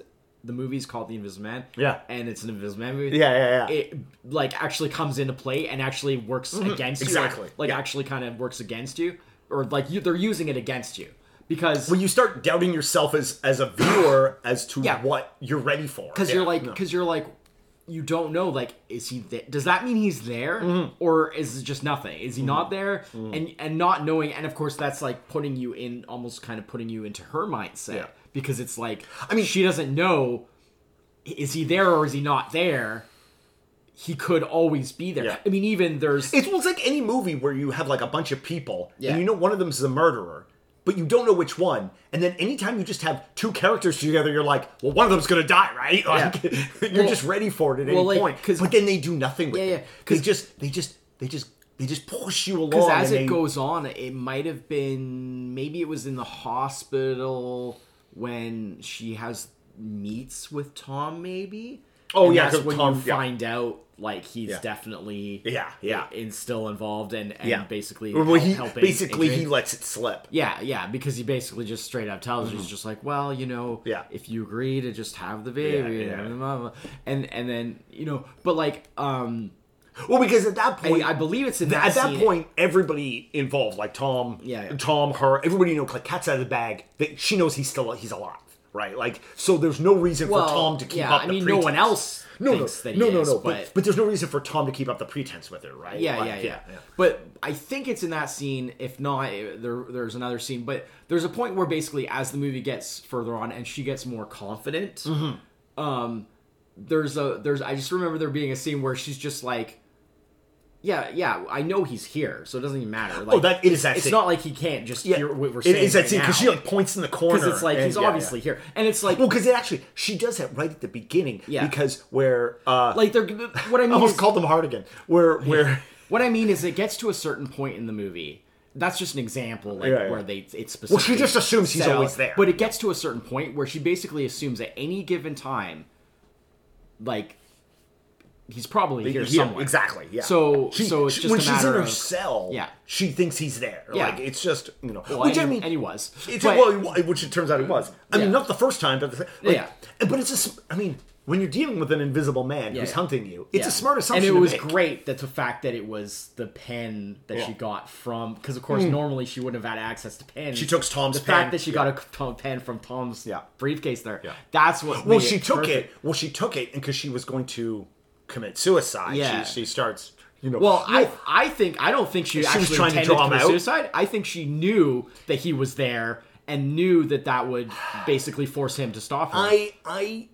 S2: the movie's called The Invisible Man.
S1: Yeah.
S2: and it's an Invisible Man movie.
S1: Yeah, yeah, yeah.
S2: It like actually comes into play and actually works against you.
S1: exactly,
S2: Like, like
S1: yeah.
S2: actually kind of works against you, or like you, they're using it against you because
S1: when you start doubting yourself as as a viewer as to
S2: Yeah.
S1: what you're ready for,
S2: because
S1: Yeah,
S2: you're like
S1: no.
S2: because you're like you don't know like is he there does that mean he's there
S1: Mm-hmm.
S2: or is it just nothing is he not there and and not knowing and of course that's like putting you in almost kind of putting you into her mindset
S1: Yeah.
S2: because it's like i
S1: I
S2: mean
S1: mean-
S2: she doesn't know i- is he there or is he not there he could always be there
S1: Yeah.
S2: i mean even there's
S1: It's well, it's like any movie where you have like a bunch of people
S2: Yeah.
S1: and you know one of them's the murderer, but you don't know which one. And then anytime you just have two characters together, you're like, well, one of them's gonna die, right? Like, you're
S2: Well-
S1: just ready for it at
S2: well, like,
S1: any point.
S2: 'cause-
S1: but then they do nothing with
S2: Yeah,
S1: it.
S2: yeah,
S1: They
S2: 'cause-
S1: just, they just, they just, they just push you along.
S2: because as
S1: and
S2: it
S1: they-
S2: goes on it might have been maybe it was in the hospital when she has meets with tom maybe
S1: Oh,
S2: And
S1: yeah,
S2: that's
S1: 'cause
S2: when you
S1: Tom- yeah.
S2: find out like he's
S1: Yeah.
S2: definitely
S1: Yeah, yeah.
S2: in, still involved and, and
S1: yeah,
S2: basically
S1: Well,
S2: help-
S1: he
S2: helping
S1: basically he
S2: Adrian.
S1: lets it slip.
S2: yeah yeah because he basically just straight up tells her he's just like well you know
S1: Mm-hmm. Yeah.
S2: if you agree to just have the baby
S1: yeah.
S2: blah, blah, blah. and and then you know but like um
S1: Well, because at that
S2: I,
S1: point,
S2: I believe it's in that
S1: at that
S2: scene-
S1: point, everybody involved, like Tom,
S2: Yeah, yeah.
S1: Tom, her, everybody you know, like cat's out of the bag. That she knows he's still he's alive, right? Like, so there's no reason
S2: well,
S1: for Tom to keep
S2: yeah,
S1: up.
S2: I
S1: the
S2: mean no
S1: pretense.
S2: one else
S1: No, no,
S2: thinks that
S1: no,
S2: he
S1: no,
S2: is,
S1: no.
S2: but,
S1: But, but there's no reason for Tom to keep up the pretense with her, right?
S2: Yeah,
S1: Like,
S2: yeah, yeah, But I think it's in that scene. If not, it- there there's another scene. But there's a point where basically, as the movie gets further on and she gets more confident,
S1: Mm-hmm.
S2: um, there's a there's I just remember there being a scene where she's just like, yeah, yeah, I know he's here, so it doesn't even matter. Like,
S1: Oh, that it is that
S2: it's
S1: scene.
S2: not like he can't just
S1: yeah.
S2: hear what we're
S1: it
S2: saying.
S1: is that
S2: right
S1: scene because she
S2: now.
S1: like points in the corner.
S2: 'Cause it's like
S1: and-
S2: he's
S1: yeah, yeah.
S2: obviously here, and it's like
S1: Well, because it actually she does that right at the beginning.
S2: Yeah.
S1: Because where uh,
S2: like they're what I
S1: I
S2: mean
S1: almost
S2: is,
S1: called them hard again. Where where.
S2: What I mean is, it gets to a certain point in the movie. That's just an example, like
S1: Yeah, yeah.
S2: where they it's specific. Well,
S1: she just assumes he's always there.
S2: but it gets to a certain point where she basically assumes at any given time, like he's probably here
S1: Yeah,
S2: somewhere.
S1: Exactly. Yeah.
S2: So- so it's just
S1: when
S2: a
S1: she's in
S2: matter
S1: her
S2: of-
S1: cell,
S2: yeah.
S1: she thinks he's there.
S2: Yeah.
S1: Like it's just you know,
S2: Well,
S1: which
S2: and,
S1: I mean,
S2: and he was.
S1: it's,
S2: But-
S1: well, he wa- which it turns out he was. I
S2: Yeah.
S1: mean, not the first time, but the, like,
S2: Yeah.
S1: But it's just, I mean, when you're dealing with an invisible man
S2: Yeah,
S1: who's
S2: yeah.
S1: hunting you, it's
S2: Yeah.
S1: a smart assumption.
S2: And it
S1: to
S2: was
S1: make.
S2: great that the fact that it was the pen that she
S1: Yeah. Hmm.
S2: got from because of course normally she wouldn't have had access to pens.
S1: She took Tom's
S2: The fact
S1: pen,
S2: that she got a Tom pen from Tom's
S1: Yeah.
S2: briefcase there.
S1: Yeah.
S2: That's what.
S1: Well,
S2: made
S1: she took
S2: perfect.
S1: it. Well, she took it because she was going to commit suicide.
S2: Yeah.
S1: She, she starts. You know.
S2: Well, I I think I don't think she, actually
S1: was trying to
S2: intended
S1: draw him
S2: commit
S1: out?
S2: suicide. I think she knew that he was there and knew that that would basically force him to stop her.
S1: I I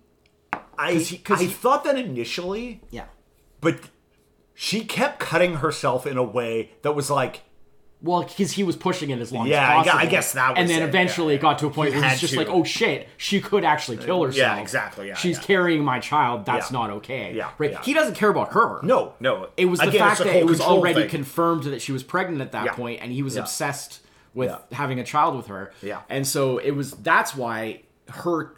S1: I
S2: 'Cause he- 'cause
S1: I
S2: he-
S1: thought that initially.
S2: yeah.
S1: but she kept cutting herself in a way that was like
S2: Well, because he was pushing it as long
S1: Yeah, I
S2: as
S1: gu- I
S2: possible.
S1: guess that
S2: And
S1: was
S2: then
S1: it,
S2: eventually
S1: yeah,
S2: it got to a point
S1: He
S2: where it's
S1: had
S2: just
S1: to.
S2: like, oh shit, she could actually kill herself.
S1: exactly, yeah,
S2: She's
S1: yeah.
S2: carrying my child. That's
S1: Yeah.
S2: not okay.
S1: Yeah,
S2: Right.
S1: yeah.
S2: He doesn't care about her.
S1: no no
S2: It was the
S1: Again,
S2: fact
S1: it's a
S2: that
S1: whole
S2: it was
S1: control
S2: already
S1: thing.
S2: confirmed that she was pregnant at that
S1: Yeah.
S2: point, and he was
S1: Yeah.
S2: obsessed with
S1: Yeah.
S2: having a child with her.
S1: Yeah.
S2: And so it was that's why her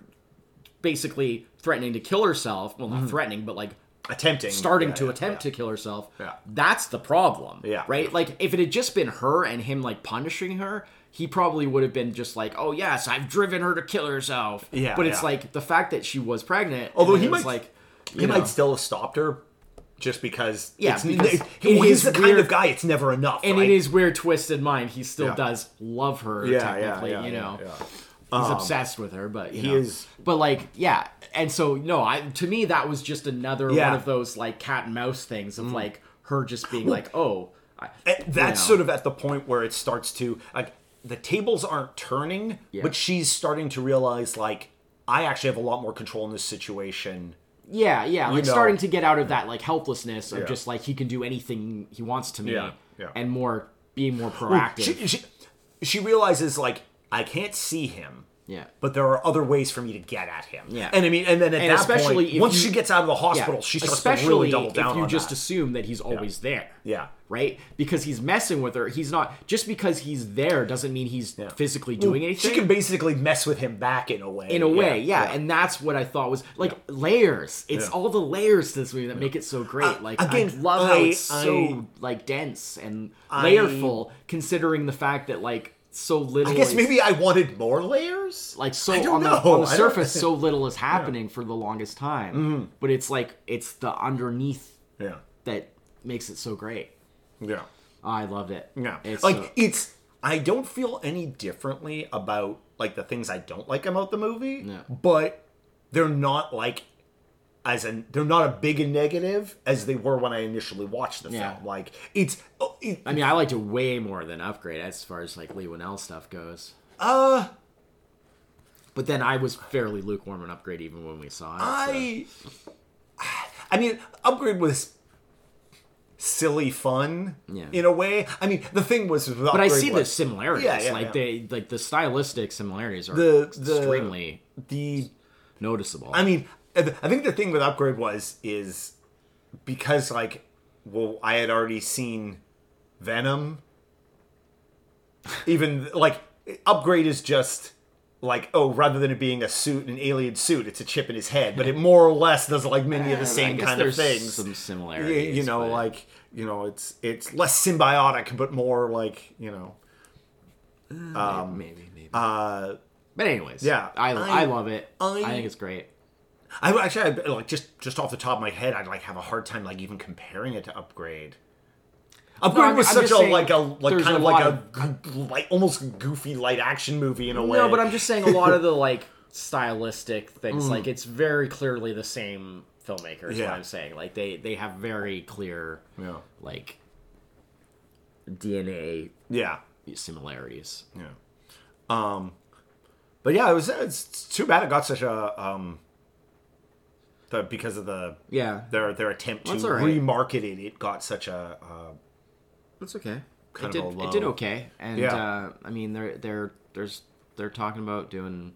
S2: basically threatening to kill herself, well not threatening, but like
S1: attempting
S2: starting
S1: Mm-hmm. yeah,
S2: to
S1: yeah,
S2: attempt to kill herself.
S1: Yeah.
S2: That's the problem.
S1: Yeah.
S2: Right? Like if it had just been her and him like punishing her, he probably would have been just like, "Oh yes, I've driven her to kill herself."
S1: Yeah,
S2: but it's
S1: yeah.
S2: like the fact that she was pregnant.
S1: Although
S2: and
S1: he
S2: it was
S1: might-
S2: like
S1: He
S2: you know,
S1: might still have stopped her, just because.
S2: Yeah,
S1: it's,
S2: because
S1: it-
S2: in his
S1: he's the kind
S2: weird-
S1: of guy. It's never enough.
S2: and
S1: right?
S2: in his weird twisted mind, he still
S1: Yeah.
S2: does love her.
S1: Yeah, yeah,
S2: technically,
S1: yeah,
S2: you
S1: yeah,
S2: know,
S1: yeah. Um,
S2: he's obsessed with her, but you
S1: he
S2: know.
S1: is-
S2: But like, yeah, and so no, I to me that was just another
S1: Yeah. Mm.
S2: one of those like cat and mouse things of like her just being like, "Oh, I,
S1: Eh, That's
S2: know.
S1: sort of at the point where it starts to like the tables aren't turning, but she's starting to realize like I actually have a lot more control in this situation.
S2: yeah, yeah," like
S1: know.
S2: starting to get out of that like helplessness of
S1: Yeah.
S2: just like he can do anything he wants to me,
S1: Yeah, yeah.
S2: and more being more proactive.
S1: She, she, she realizes like I can't see him.
S2: yeah.
S1: But there are other ways for me to get at him.
S2: Yeah.
S1: and I mean, and then at
S2: And
S1: that
S2: especially
S1: point,
S2: if
S1: once
S2: you-
S1: she gets out of the hospital,
S2: Yeah,
S1: she starts to
S2: especially
S1: really double down
S2: if you
S1: on
S2: just
S1: that.
S2: assume that he's always there.
S1: Yeah.
S2: Right? Because he's messing with her. He's not just because he's there doesn't mean he's physically doing anything.
S1: She can basically mess with him back in a way.
S2: in a way, yeah, And that's what I thought was like layers. It's
S1: Yeah. Uh,
S2: all the layers to this movie that make it so great. like I
S1: again,
S2: love how
S1: I-
S2: it's
S1: I-
S2: so like dense and layerful, considering the fact that like so little
S1: I guess
S2: is-
S1: maybe I wanted more layers.
S2: like so
S1: I don't
S2: on the,
S1: know.
S2: on the
S1: I don't- Mm-hmm.
S2: surface so little is happening for the longest time. But it's like it's the underneath
S1: yeah,
S2: that makes it so great.
S1: yeah.
S2: I loved it.
S1: Yeah.
S2: It's uh,
S1: like
S2: so-
S1: it's I don't feel any differently about like the things I don't like about the movie.
S2: No.
S1: But they're not like as an they're not a big a negative as they were when I initially watched the
S2: Yeah.
S1: film. Like it's oh, it,
S2: I mean, I liked it way more than Upgrade as far as like Lee Winnell stuff goes.
S1: uh
S2: But then I was fairly lukewarm on Upgrade even when we saw it. so-
S1: I I mean, Upgrade was silly fun
S2: Yeah.
S1: in a way. I mean, the thing was with
S2: but I
S1: Upgrade
S2: see the
S1: was
S2: similarities.
S1: Yeah, yeah,
S2: like
S1: yeah.
S2: they like the stylistic similarities are
S1: The- the-
S2: extremely
S1: the
S2: noticeable.
S1: I mean, I th- I think the thing with Upgrade was is because like, well, I had already seen Venom. Even like Upgrade is just like oh, rather than it being a suit, an alien suit, it's a chip in his head, but it more or less does like many of the
S2: I
S1: same
S2: guess
S1: kind of
S2: there's
S1: things.
S2: Some
S1: Y-
S2: similarities,
S1: you know,
S2: but-
S1: like you know, it's it's less symbiotic, but more like you know,
S2: maybe, maybe.
S1: uh,
S2: but anyways,
S1: yeah,
S2: I, um, I,
S1: I-
S2: love it. I,
S1: I-
S2: think it's great.
S1: I would- actually I'd, like just just off the top of my head, I'd like have a hard time like even comparing it to Upgrade. Upgrade
S2: I'm-
S1: was
S2: I'm
S1: such a
S2: just saying
S1: like a like
S2: there's
S1: kind
S2: a
S1: of like
S2: lot
S1: a g- like almost goofy light action movie in a way.
S2: No, but I'm just saying a lot of the like stylistic things, like it's very clearly the same filmmaker. Is
S1: Yeah.
S2: what I'm saying. Like they they have very clear
S1: yeah
S2: like DNA
S1: yeah
S2: similarities.
S1: yeah. Um, but yeah, it was it's too bad it got such a um. The, because of the
S2: Yeah,
S1: their their attempt to
S2: That's all right.
S1: remarket it, it got such a uh,
S2: that's okay.
S1: Kind
S2: it
S1: of
S2: did
S1: a
S2: it did
S1: low-
S2: okay, and
S1: Yeah.
S2: uh, I mean they're they're there's they're talking about doing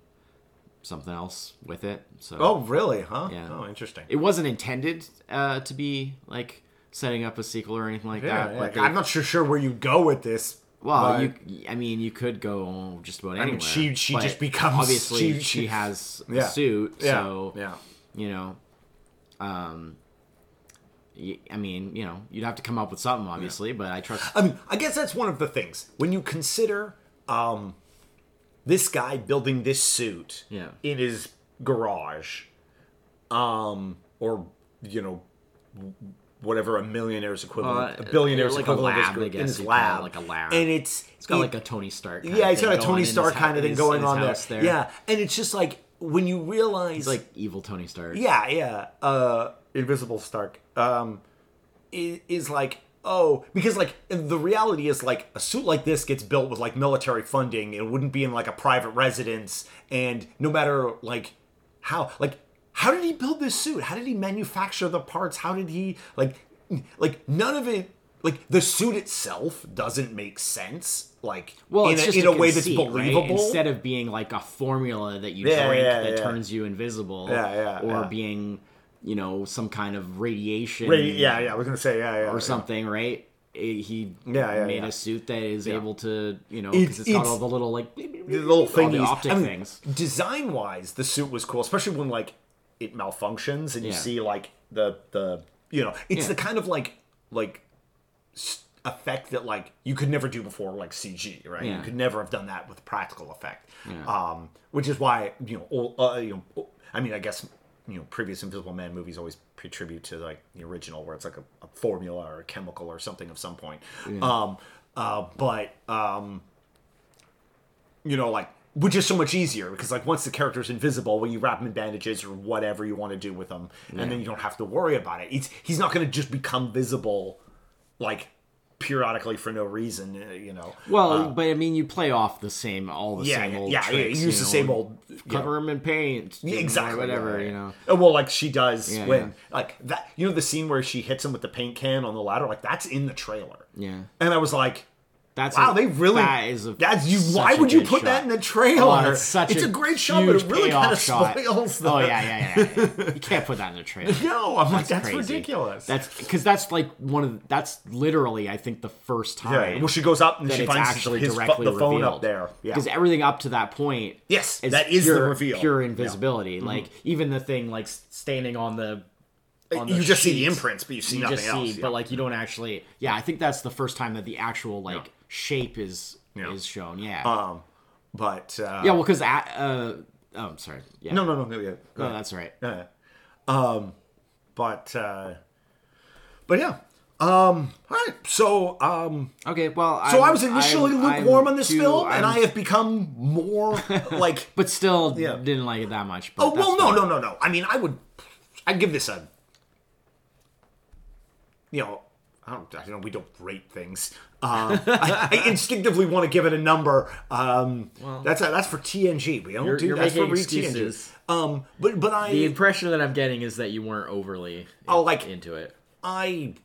S2: something else with it. So
S1: oh really huh
S2: Yeah.
S1: oh interesting
S2: it wasn't intended uh, to be like setting up a sequel or anything like
S1: yeah,
S2: that.
S1: yeah,
S2: but they-
S1: I'm not sure sure where you go with this
S2: Well,
S1: but-
S2: you, I mean, you could go just about anywhere.
S1: she- she
S2: but
S1: just becomes-
S2: obviously
S1: she-
S2: she,
S1: she-
S2: has a
S1: Yeah.
S2: suit,
S1: yeah
S2: so
S1: yeah
S2: you know, um, y- I mean, you know, you'd have to come up with something, obviously, but I trust.
S1: I mean, I guess that's one of the things when you consider um, this guy building this suit
S2: Yeah.
S1: in his garage, um, or you know, w- whatever a millionaire's equivalent,
S2: Well,
S1: a billionaire's
S2: Uh, like a
S1: equivalent
S2: lab, I
S1: of his, gar-
S2: guess
S1: in his
S2: you call it,
S1: lab,
S2: like a lab.
S1: and it's
S2: It's got
S1: it-
S2: like a Tony Stark. Kind
S1: yeah,
S2: of
S1: it's got a
S2: thing going in
S1: Tony
S2: his
S1: Stark
S2: hou-
S1: kind of
S2: in
S1: thing
S2: his-
S1: going
S2: in his
S1: on there.
S2: house
S1: Yeah, and it's just like when you realize
S2: He's like evil Tony Stark.
S1: yeah, yeah. Uh, Invisible Stark. Um, is, is like oh because like the reality is like a suit like this gets built with like military funding. It wouldn't be in like a private residence, and no matter like how like how did he build this suit? How did he manufacture the parts? How did he like like none of it. Like the suit itself doesn't make sense, like
S2: Well,
S1: in,
S2: it's
S1: a,
S2: just
S1: in a, way that's
S2: conceit, right?
S1: believable.
S2: Instead of being like a formula that you
S1: Yeah,
S2: drink
S1: yeah,
S2: that
S1: yeah.
S2: turns you invisible,
S1: Yeah, yeah,
S2: or
S1: yeah.
S2: being, you know, some kind of radiation,
S1: Right, yeah, yeah, I was gonna say, yeah, yeah,
S2: or
S1: yeah.
S2: something, right? It- he
S1: Yeah, yeah,
S2: made
S1: yeah.
S2: a suit that is able to, you know,
S1: It's-
S2: because it's got
S1: it's-
S2: all the little like
S1: the little
S2: all
S1: thingies.
S2: the optic
S1: I mean,
S2: things.
S1: Design wise, the suit was cool, especially when like it malfunctions and you
S2: Yeah.
S1: see like the the you know it's
S2: Yeah.
S1: the kind of like like s- effect that like you could never do before like cg right you
S2: Yeah.
S1: could never have done that with practical effect
S2: Yeah.
S1: um which is why you know all, uh, you know i mean i guess you know previous invisible man movies always pay tribute to like the original where it's like a, a formula or a chemical or something of some point um uh but um you know, like which is so much easier because like once the character's invisible, well, you wrap him in bandages or whatever you want to do with him, and then you don't have to worry about it. It's he's not going to just become visible, like periodically for no reason, uh, you know.
S2: Well, but I mean, you play off the same, all the
S1: yeah,
S2: same
S1: yeah,
S2: old
S1: yeah, yeah,
S2: tricks,
S1: you use the
S2: know,
S1: same old
S2: cover them in paint,
S1: Yeah,
S2: you know,
S1: exactly
S2: whatever,
S1: yeah,
S2: you
S1: yeah.
S2: know.
S1: And, well, like she does
S2: Yeah,
S1: when
S2: yeah.
S1: like that. You know the scene where she hits him with the paint can on the ladder, like that's in the trailer,
S2: Yeah,
S1: and I was like.
S2: that's
S1: Wow,
S2: a-
S1: they really.
S2: that is a,
S1: that's you.
S2: such
S1: Why
S2: a
S1: would you
S2: good
S1: put that
S2: shot.
S1: in the trailer?
S2: Oh, it's such
S1: it's a, great shot, but
S2: huge
S1: it really
S2: payoff
S1: kind of
S2: shot.
S1: spoils the.
S2: Oh yeah, yeah, yeah, yeah, yeah. You can't put that in the trailer.
S1: No, I'm like that's
S2: crazy.
S1: ridiculous.
S2: That's because that's like one of the, that's literally I think the first time.
S1: right. Well, she goes up and
S2: that
S1: she
S2: it's
S1: finds
S2: actually
S1: his, fo-
S2: directly
S1: the phone
S2: revealed.
S1: up there. Yeah.
S2: Because everything up to that point,
S1: Yes, that is the
S2: pure,
S1: reveal.
S2: pure
S1: Yeah. Mm-hmm.
S2: invisibility. Like even the thing like s- standing on the, on the
S1: You just see the
S2: sheet,
S1: imprints, but you see
S2: You
S1: nothing
S2: just
S1: else.
S2: see,
S1: yeah. Mm-hmm.
S2: but like you don't actually. Yeah, I think that's the first time that the actual like shape is
S1: Yeah.
S2: is shown. Yeah,
S1: um, but uh,
S2: yeah. Well, because uh, uh, oh, I'm sorry. Yeah,
S1: no, no, no, no, yeah, go
S2: no,
S1: ahead.
S2: that's all right.
S1: Yeah. Um, but uh, but yeah. Um, all right. So um,
S2: Okay, well,
S1: so I was initially lukewarm on this film, and I
S2: have
S1: have become more like.
S2: but still didn't like it that much. But
S1: Oh well,
S2: that's
S1: no, no, no, no. I mean, I would, I'd give this a, you know, I don't, I don't know. We don't rate things. Um, I, I instinctively want to give it a number. Um, that's that's for TNG. We don't
S4: You're-
S1: do
S4: you're
S1: that's for
S4: making
S1: re TNG.
S4: excuses.
S1: Um, but but I
S4: The impression that I'm getting is that you weren't overly
S1: Oh, like-
S4: into it.
S1: I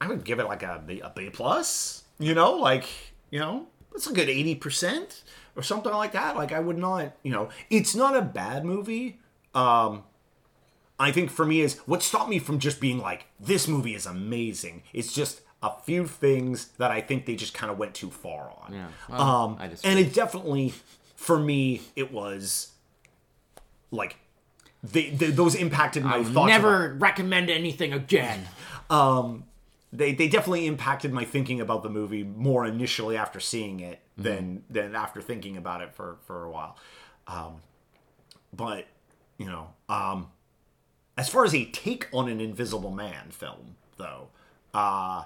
S1: I would give it like a B, a B plus. You know, like you know, that's a good eighty percent or something like that. Like I would not, you know, it's not a bad movie. Um, I think for me is what stopped me from just being like this movie is amazing. It's just a few things that I think they just kind of went too far on.
S2: Yeah.
S1: Um,
S2: I disagree.
S1: and it definitely, for me, it was like they, they, those impacted my thoughts. about-
S2: never recommend anything again.
S1: they they definitely impacted my thinking about the movie more initially after seeing it
S2: Mm-hmm.
S1: than than after thinking about it for for a while. Um, but you know, um, as far as a take on an Invisible Man film, though, uh,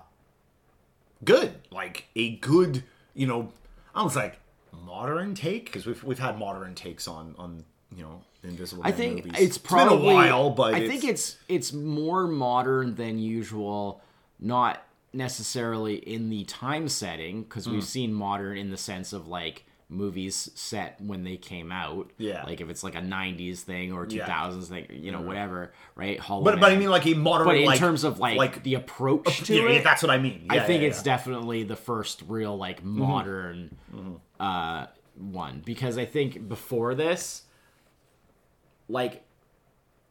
S1: good like a good you know, I was like modern take because we've we've had modern takes on on you know Invisible
S2: I
S1: Man
S2: think
S1: movies.
S2: it's probably
S1: been a while, but
S2: I
S1: it's,
S2: think it's it's more modern than usual, not necessarily in the time setting because
S1: Hmm.
S2: we've seen modern in the sense of like movies set when they came out.
S1: Yeah. Mm-hmm.
S2: like if it's like a '90s thing or 2000s thing, you know, whatever, right? Hollow
S1: but, but I
S2: Man.
S1: mean like a modern
S2: but in
S1: like,
S2: terms of like,
S1: like
S2: the approach to
S1: yeah,
S2: it,
S1: yeah, that's what I mean.
S2: I
S1: Yeah,
S2: think
S1: yeah,
S2: it's
S1: yeah. Mm-hmm.
S2: definitely the first real like modern uh one because I think before this
S4: Like,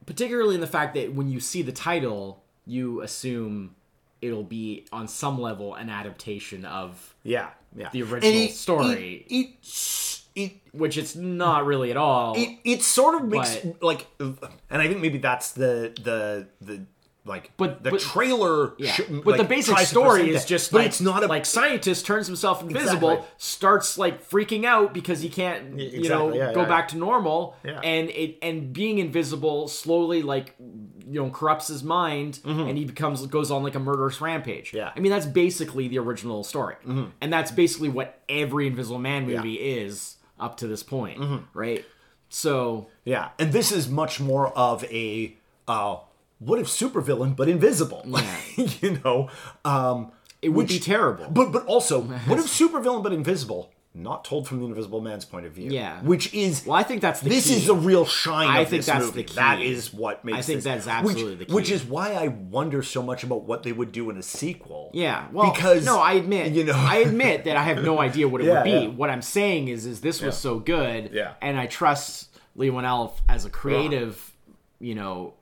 S4: particularly in the fact that when you see the title, you assume it'll be on some level an adaptation of,
S1: Yeah, yeah.
S4: The
S1: And
S4: original story.
S1: It it, s- it
S4: which it's not really at all.
S1: it it sort of makes
S4: But-
S1: like, and I think maybe that's the the the like,
S2: But-
S1: the
S2: but-
S1: trailer.
S2: yeah.
S1: sh-
S4: but
S1: like,
S4: the basic
S1: tries to
S4: story
S1: present
S4: is
S1: that.
S4: just
S1: But
S4: like,
S1: it's not a
S4: like scientist turns himself invisible,
S1: Exactly.
S4: starts like freaking out because he can't you know
S1: exactly. Yeah,
S4: go
S1: yeah,
S4: back to normal,
S1: Yeah.
S4: and it and being invisible slowly like you know corrupts his mind, and he becomes goes on like a murderous rampage.
S1: Mm-hmm. Yeah. Mm-hmm.
S4: I mean that's basically the original story, and that's basically what every Invisible Man movie is up to this point,
S1: Mm-hmm.
S4: right? So
S1: yeah. And this is much more of a uh, what if supervillain but invisible? you know, um,
S4: it would be terrible.
S1: But but also, what if supervillain but invisible? Not told from the Invisible Man's point of view.
S2: Yeah.
S1: which is
S2: well I think that's the
S1: this
S2: key.
S1: is the real shine.
S2: I
S1: of
S2: think
S1: this
S2: that's
S1: movie.
S2: the key.
S1: That is what makes.
S2: I think
S1: this-
S2: that's
S1: which-
S2: absolutely the key.
S1: Which is why I wonder so much about what they would do in a sequel.
S2: yeah well
S1: because
S2: no I admit
S1: you know-
S2: I admit that I have no idea what it
S1: Yeah,
S2: would be
S1: yeah.
S2: what I'm saying is is this was so good
S1: Yeah.
S2: and I trust Lee One Elf as a creative
S1: Uh-huh.
S2: you know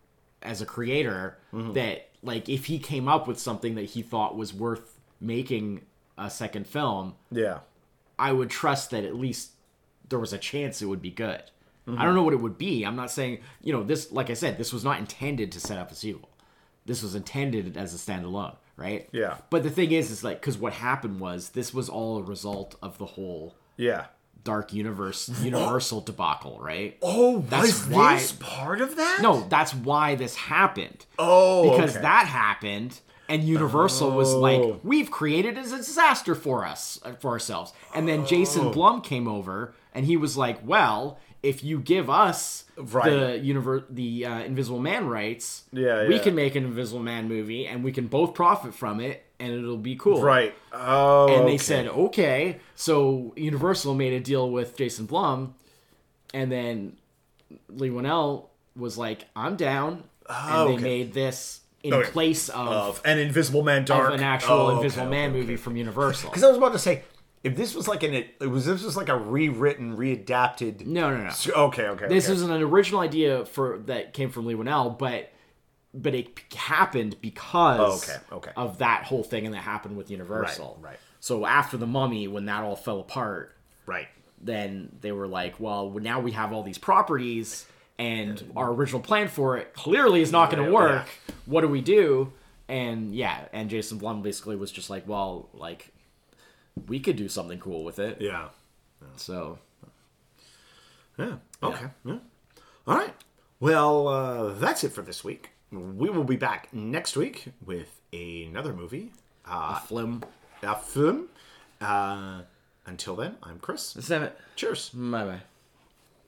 S2: as a creator
S1: Mm-hmm.
S2: that like if he came up with something that he thought was worth making a second film
S1: Yeah.
S2: I would trust that at least there was a chance it would be good. I don't know what it would be. I'm not saying, you know, this, like I said, this was not intended to set up a sequel. This was intended as a standalone, right?
S1: Yeah.
S2: But the thing is, is like, because what happened was this was all a result of the whole
S1: Yeah.
S2: Dark Universe Universal debacle, right?
S1: Oh,
S2: That's
S1: was
S2: why-
S1: this part of that?
S2: No, that's why this happened.
S1: Oh,
S2: because
S1: okay.
S2: that happened and universal was
S1: Oh.
S2: like we've created a disaster for us uh, for ourselves and then
S1: Oh.
S2: jason blum came over and he was like well if you give us the
S1: Right.
S2: universe the uh, invisible man rights
S1: Yeah,
S2: we
S1: yeah.
S2: can make an invisible man movie and we can both profit from it and it'll be cool
S1: Right. Oh.
S2: and
S1: okay.
S2: they said okay so universal made a deal with jason blum and then lee Winnell was like i'm down and
S1: Oh,
S2: they
S1: okay.
S2: made this in
S1: Okay.
S2: place of,
S1: of an Invisible Man Dark.
S2: of an actual
S1: Oh, okay,
S2: invisible
S1: okay,
S2: man
S1: okay.
S2: movie from universal
S1: Because I was about to say, if this was like an, it was this was like a rewritten, readapted.
S2: no no no
S1: So- Okay, okay.
S2: this
S1: okay.
S2: was an original idea for that came from lee Winnell, but but it p- happened because
S1: Oh, okay, okay.
S2: of that whole thing and that happened with universal
S1: Right, right.
S2: so after the mummy when that all fell apart
S1: right.
S2: then they were like, well, now we have all these properties, and our original plan for it clearly is not going to
S1: Yeah.
S2: work. What do we do? And yeah, and Jason Blum basically was just like, well, like we could do something cool with it.
S1: Yeah.
S2: So
S1: Yeah. Okay. Yeah. All right. Well, uh, that's it for this week. We will be back next week with another movie, uh,
S2: Flim,
S1: a film. Uh, until then, I'm Chris.
S2: seven.
S1: Cheers.
S2: Bye bye.